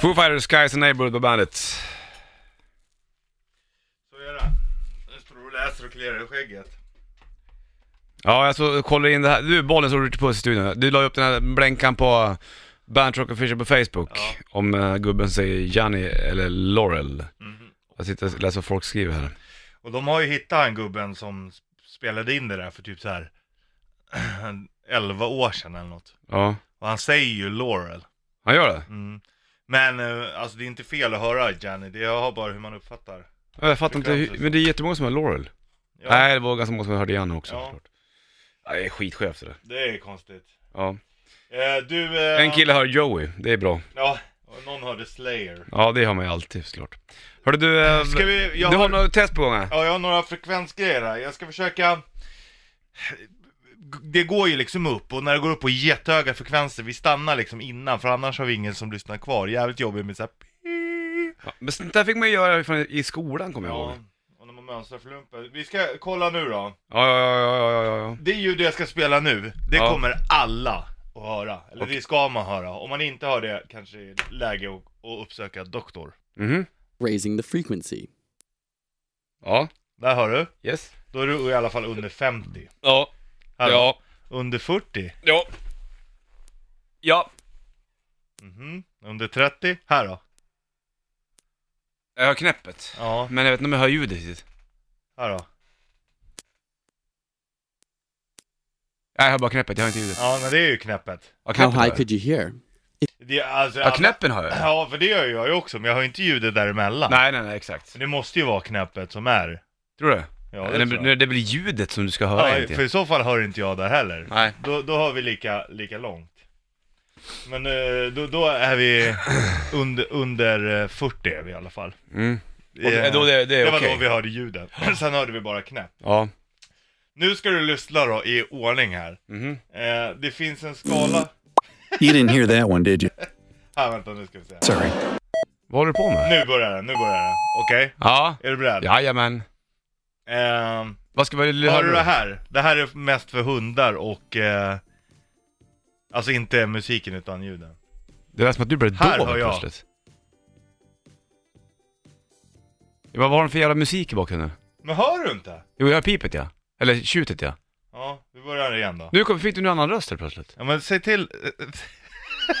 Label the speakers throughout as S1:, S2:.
S1: Foo Fighters, Skies and Neighborhood var bandet.
S2: Så är det. Nu står du och läser och kliar i skägget.
S1: Ja, jag så kollar in det här. Du, bollen såg Richard Puss i studion. Du la upp den här blänkan på Bandit Rock Official på Facebook.
S2: Ja.
S1: Om eh, gubben säger Johnny eller Laurel.
S2: Mhm.
S1: Jag sitter och läser vad folk skriver här.
S2: Och de har ju hittat en gubben som s- spelade in det där för typ så här 11 år sedan eller något.
S1: Ja,
S2: Och han säger ju Laurel.
S1: han gör det?
S2: Mm. Men eh, alltså det är inte fel att höra Johnny, det har bara hur man uppfattar.
S1: Ja, Jag fattar inte, hur- men det är jättemånga som har Laurel.
S2: Ja,
S1: Nej, det var ganska många som hörde Janne också
S2: Ja.
S1: såklart. Ja, det är skitskevt det där.
S2: Det är konstigt.
S1: Ja.
S2: Eh, du, eh,
S1: En kille hör Joey, det är bra.
S2: Ja, och någon hörde Slayer.
S1: Ja, det har man ju alltid såklart. Hörde du, eh,
S2: Ska vi- jag
S1: du
S2: har-
S1: har något test på gång här?
S2: Ja, jag har några frekvensgrejer här. Jag ska försöka... Det går ju liksom upp, och när det går upp på jättehöga frekvenser, vi stannar liksom innan, för annars har vi ingen som lyssnar kvar. Jävligt jobbigt med såhär...
S1: Ja, men sånt där fick man ju göra från- i skolan kommer jag ihåg.
S2: Ja, och när man mönstrar flumpen. Vi ska kolla nu då.
S1: Ja, ja, ja, ja, ja, ja, ja.
S2: Det ljud jag ska spela nu, det
S1: Ja.
S2: kommer alla att höra. Eller det ska man höra. Om man inte hör det kanske det är läge att, att uppsöka doktor.
S1: Mhm.
S3: raising the frequency.
S1: Ja,
S2: Där hör du.
S1: yes.
S2: Då är du i alla fall under 50.
S1: Ja,
S2: Hallå.
S1: ja,
S2: Under 40.
S1: ja. Ja,
S2: Mhm. Under 30. Här då.
S1: jag hör knäppet.
S2: Ja,
S1: Men jag vet inte om jag hör ljudet riktigt.
S2: här då.
S1: Nej, jag hör bara knäppet, jag hör inte ljudet.
S2: Ja, men det är ju knäppet.
S1: Ja,
S3: How
S1: knäppet hör
S3: high
S1: jag.
S3: could you hear?
S2: Det, är alltså,
S1: Ja,
S2: alla-
S1: knäppen hör jag.
S2: Ja, för det gör jag ju också, men jag har inte ljudet däremellan.
S1: Nej, nej, nej, exakt.
S2: Men Det måste ju vara knäppet som är.
S1: Tror du?
S2: Ja, det
S1: Eller,
S2: tror jag.
S1: det är väl ljudet som du ska höra
S2: Ja,
S1: egentligen?
S2: för i så fall hör inte jag där heller.
S1: Nej.
S2: Då, då har vi lika, lika långt. Men eh, då, då är vi under, under eh, 40 är vi i alla fall.
S1: Mm. Och
S2: Eh,
S1: det, då det, det är
S2: det var
S1: okej.
S2: då vi hörde ljudet. Sen hörde vi bara knäpp.
S1: Ja.
S2: Nu ska du lyssna då i ordning här.
S1: Mhm.
S2: Eh, det finns en skala.
S4: You didn't hear that one, did you?
S2: Här, vänta nu ska vi se.
S4: Sorry.
S1: Vad håller du på med?
S2: Nu börjar den, nu börjar den. Okej?
S1: Ja.
S2: Är du beredd?
S1: Jajamän.
S2: Ehm,
S1: Vad ska vi
S2: Har
S1: höra
S2: du
S1: då?
S2: det här? Det här är mest för hundar och... Eh, alltså inte musiken utan ljuden.
S1: Det lät som att du blev
S2: Här
S1: dov
S2: hör jag.
S1: plötsligt. Ja, Vad var det för jävla musik i bakgrunden?
S2: Men hör du inte?
S1: Jo, jag hör pipet ja. Eller tjutet ja.
S2: Ja, vi börjar igen då.
S1: Nu kom, fick du en annan röst här plötsligt.
S2: Ja men säg till... eh,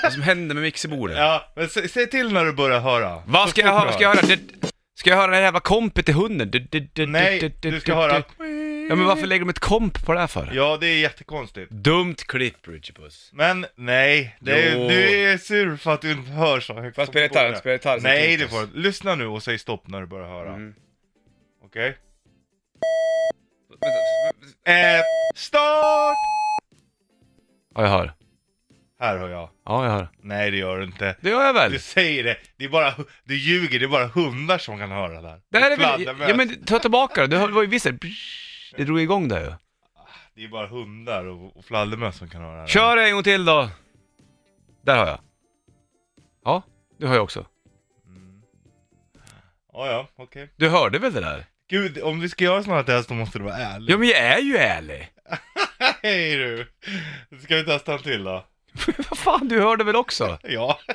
S1: Vad som hände med mixerbordet?
S2: Ja, men säg, säg till när du börjar höra.
S1: Vad
S2: Så
S1: ska jag
S2: fort
S1: höra?
S2: du
S1: Ska jag höra, det, ska jag höra det här jävla kompet till hunden? Du, du, du, du,
S2: Nej,
S1: du,
S2: du ska
S1: du,
S2: höra...
S1: du. Ja men varför lägger de ett komp på det här för?
S2: Ja, det är jättekonstigt.
S1: Dumt klipp Richard Puss.
S2: Men nej, det är,
S1: Jo.
S2: du är sur för att du inte hör så högt.
S1: Får jag spela
S2: som du borde.
S1: gitarr? Spela gitarr, så
S2: Nej,
S1: klipps.
S2: det får du Lyssna nu och säg stopp när du börjar höra.
S1: Mm.
S2: Okej? Eh, start!
S1: Ja jag hör.
S2: Här hör jag.
S1: Ja jag hör.
S2: Nej, det gör du inte.
S1: Det gör jag väl.
S2: Du säger det, det är bara, du ljuger, det är bara hundar som kan höra det här.
S1: Det här är väl,
S2: Fladdermöss.
S1: ja men ta tillbaka det, det var ju vissel. Det drog igång där ju.
S2: Det är bara hundar och, och fladdermöss som kan höra det här.
S1: Kör en gång till då! Där har jag. Ja, du hör jag också.
S2: Ja, ja, okej.
S1: Du hörde väl det där?
S2: Gud, om vi ska göra sådana här test då måste du vara ärlig.
S1: Ja men jag är ju ärlig!
S2: Hej du! Ska vi testa en till då?
S1: Vad fan, du hörde väl också?
S2: Ja.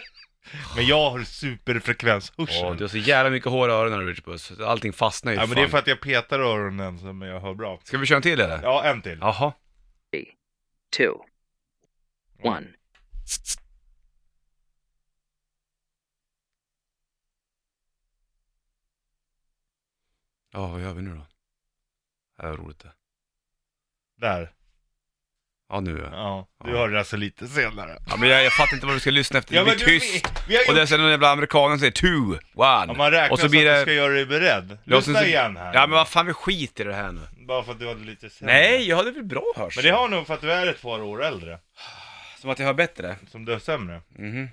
S2: Men jag har superfrekvenshörsel.
S1: Åh, du har så jävla mycket hår i öronen Richard Puss. Allting fastnar ju
S2: ja,
S1: för
S2: men det är
S1: fan.
S2: för att jag petar öronen som jag hör bra.
S1: Ska vi köra en till eller?
S2: Ja, en till.
S1: Jaha.
S5: two, one.
S1: Ja, vad gör vi nu då? Det här var roligt det.
S2: Där.
S1: Ja, nu ja.
S2: Ja, du
S1: Ja.
S2: hör det alltså lite senare.
S1: ja men jag, jag fattar inte vad du ska lyssna efter. Det blir
S2: du,
S1: tyst.
S2: Vi, vi har
S1: Och
S2: gjort...
S1: det är sen den jävla amerikanen säger two, one.
S2: Ja, man räknar
S1: och så blir
S2: så att
S1: det...
S2: du ska göra dig beredd.
S1: Ja, och sen
S2: Lyssna
S1: så-
S2: igen här.
S1: Ja men vad fan, vi skiter i det här nu.
S2: Bara för att du hade lite sämre.
S1: Nej, jag hade väl bra hörsel?
S2: Men det har nog för att du är ett par år äldre,
S1: Som att jag hör bättre?
S2: som du är sämre.
S1: Mhm.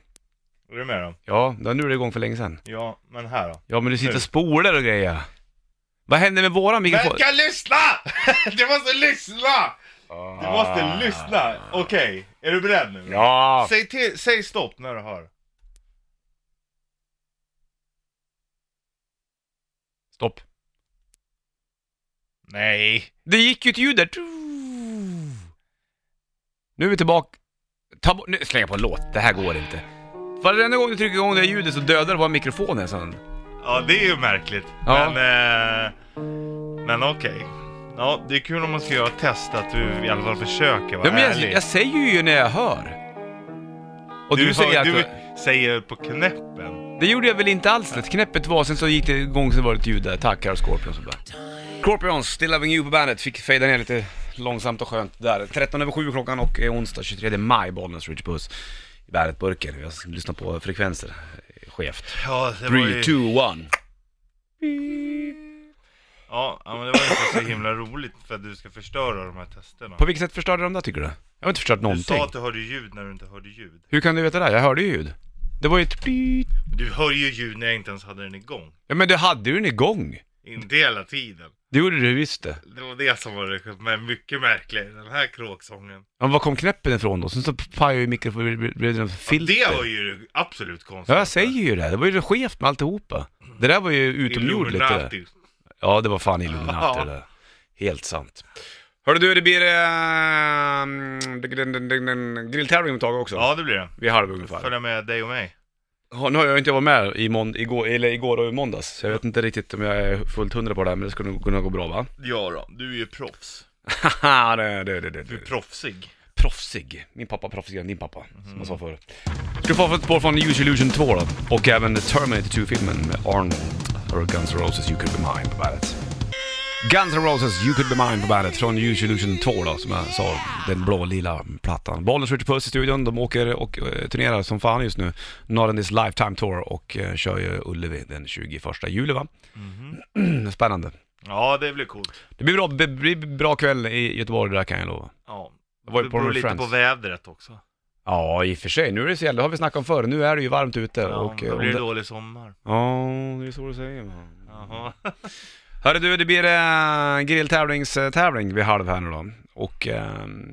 S2: Är du med då?
S1: Ja, då nu är det igång för länge sedan.
S2: Ja, men här då.
S1: Ja, men du sitter
S2: Nu.
S1: och spolar och grejer. Vad hände med våran mikrofon?
S2: Verka lyssna! du måste lyssna! Du måste
S1: Ah.
S2: lyssna! Okej, är du beredd nu?
S1: Ja!
S2: Säg, till, säg stopp när du hör.
S1: Stopp.
S2: Nej.
S1: Det gick ju ett ljud där. Nu är vi tillbaka. Ta bort, nu slänger jag på en låt. Det här går inte. Varenda gång du trycker igång det här ljudet så dödar det bara mikrofonen sen.
S2: Ja, det är ju märkligt. Men,
S1: Ja.
S2: eh, men okej. Ja, det är kul om man ska göra ett test att du i alla fall försöker vara
S1: Ja, men jag,
S2: ärlig.
S1: jag säger ju när jag hör. Och du, säger
S2: hör-
S1: att...
S2: du säger på knäppen.
S1: Det gjorde jag väl inte alls det. Knäppet var, sen så gick det igång, sen var det ett ljud där. Tackar Scorpions och bara. Scorpions, Still Loving You på bandet. Fick fejda ner lite långsamt och skönt där. 13 över 7 klockan och eh, onsdag 23 maj, Bollnäs Rich Puss. I bandet-burken. Vi har lyssnat på frekvenser. eh, Skevt.
S2: Ja, det var
S1: 3,
S2: ju...
S1: 2, 1.
S2: Ja, ja, men det var inte så himla roligt för att du ska förstöra de här testerna.
S1: På vilket sätt förstörde de där tycker du? Jag har inte förstört
S2: Du sa
S1: någonting.
S2: att du hörde ljud när du inte hörde ljud.
S1: Hur kan du veta det? Jag hörde ju ljud. Det var ju ett plit.
S2: Du hör ju ljud när jag inte ens hade den igång.
S1: Ja men du hade ju den igång.
S2: Inte hela tiden.
S1: Det gjorde du visst det.
S2: Det var det som var det men mycket märkligt, den här kråksången.
S1: Men var kom knäppen ifrån då? Sen så pajade ju mikrofonen, blev- blev det något filter.
S2: Det var ju det absolut konstigt.
S1: Ja, jag säger ju det. Det var ju skevt med alltihopa. Det där var ju utomjordligt det där.
S2: Illuminati.
S1: Ja, det var fan Illuminati det där. Helt sant. Hörru du, det blir ehm, äh, grilltävling om ett tag också.
S2: Ja, det blir det.
S1: Vid halv ungefär.
S2: Följa med dig och mig.
S1: Ja, Nu har jag inte varit med i månd- igår, eller igår och i måndags. Så jag vet inte riktigt om jag är fullt hundra på det här, men det skulle nog kunna gå bra va?
S2: Ja då, du är ju proffs.
S1: Haha, det, det, det, det.
S2: Du är proffsig.
S1: proffsig. Min pappa är proffsigare än din pappa, som jag sa förr. Ska få ett spår från Use Illusion 2 då, och även Terminator 2-filmen med Arnold. Och Guns N' Roses You Could Be Mine på bandet. Guns N' Roses You Could Be Mine på bandet från Use Illusion 2 då, som jag sa, den blå lila plattan. Bollnäs skjuter puss i studion, de åker och eh, turnerar som fan just nu. Not in this lifetime tour och eh, kör ju Ullevi den 21 juli va? Spännande.
S2: Ja, det blir coolt.
S1: Det blir bra, det blir bra kväll i Göteborg, det där kan jag lova.
S2: Ja.
S1: Jag var ju
S2: Det
S1: på
S2: beror
S1: med
S2: lite
S1: Friends.
S2: på vädret också.
S1: Ja, i och för sig. Nu är det så jävla, det har vi snackat om förr. Nu är det ju varmt ute.
S2: Ja,
S1: och, eh,
S2: då
S1: om
S2: blir det
S1: det-
S2: dålig sommar.
S1: Ja, det är så du säger. man.
S2: Jaha.
S1: Hörru du, det blir äh, grilltävlingstävling vid halv här nu då. Och ehm,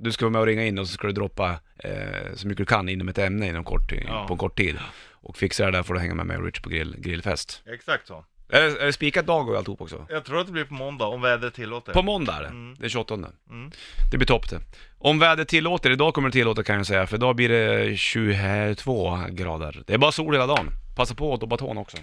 S1: du ska vara med och ringa in och så ska du droppa eh, så mycket du kan inom ett ämne inom kort,
S2: Ja.
S1: på en kort tid. Och fixar det där får du hänga med mig och Rich på grill, grillfest.
S2: Exakt så.
S1: Är det, är det spikat dag och alltihop också?
S2: Jag tror att det blir på måndag om vädret tillåter.
S1: På måndag är det.
S2: Mm.
S1: Det är 28.
S2: Mm.
S1: Det blir topp det. Om vädret tillåter, idag kommer det tillåta kan jag säga, för idag blir det 22 grader. Det är bara sol hela dagen. Passa på att åt baton också.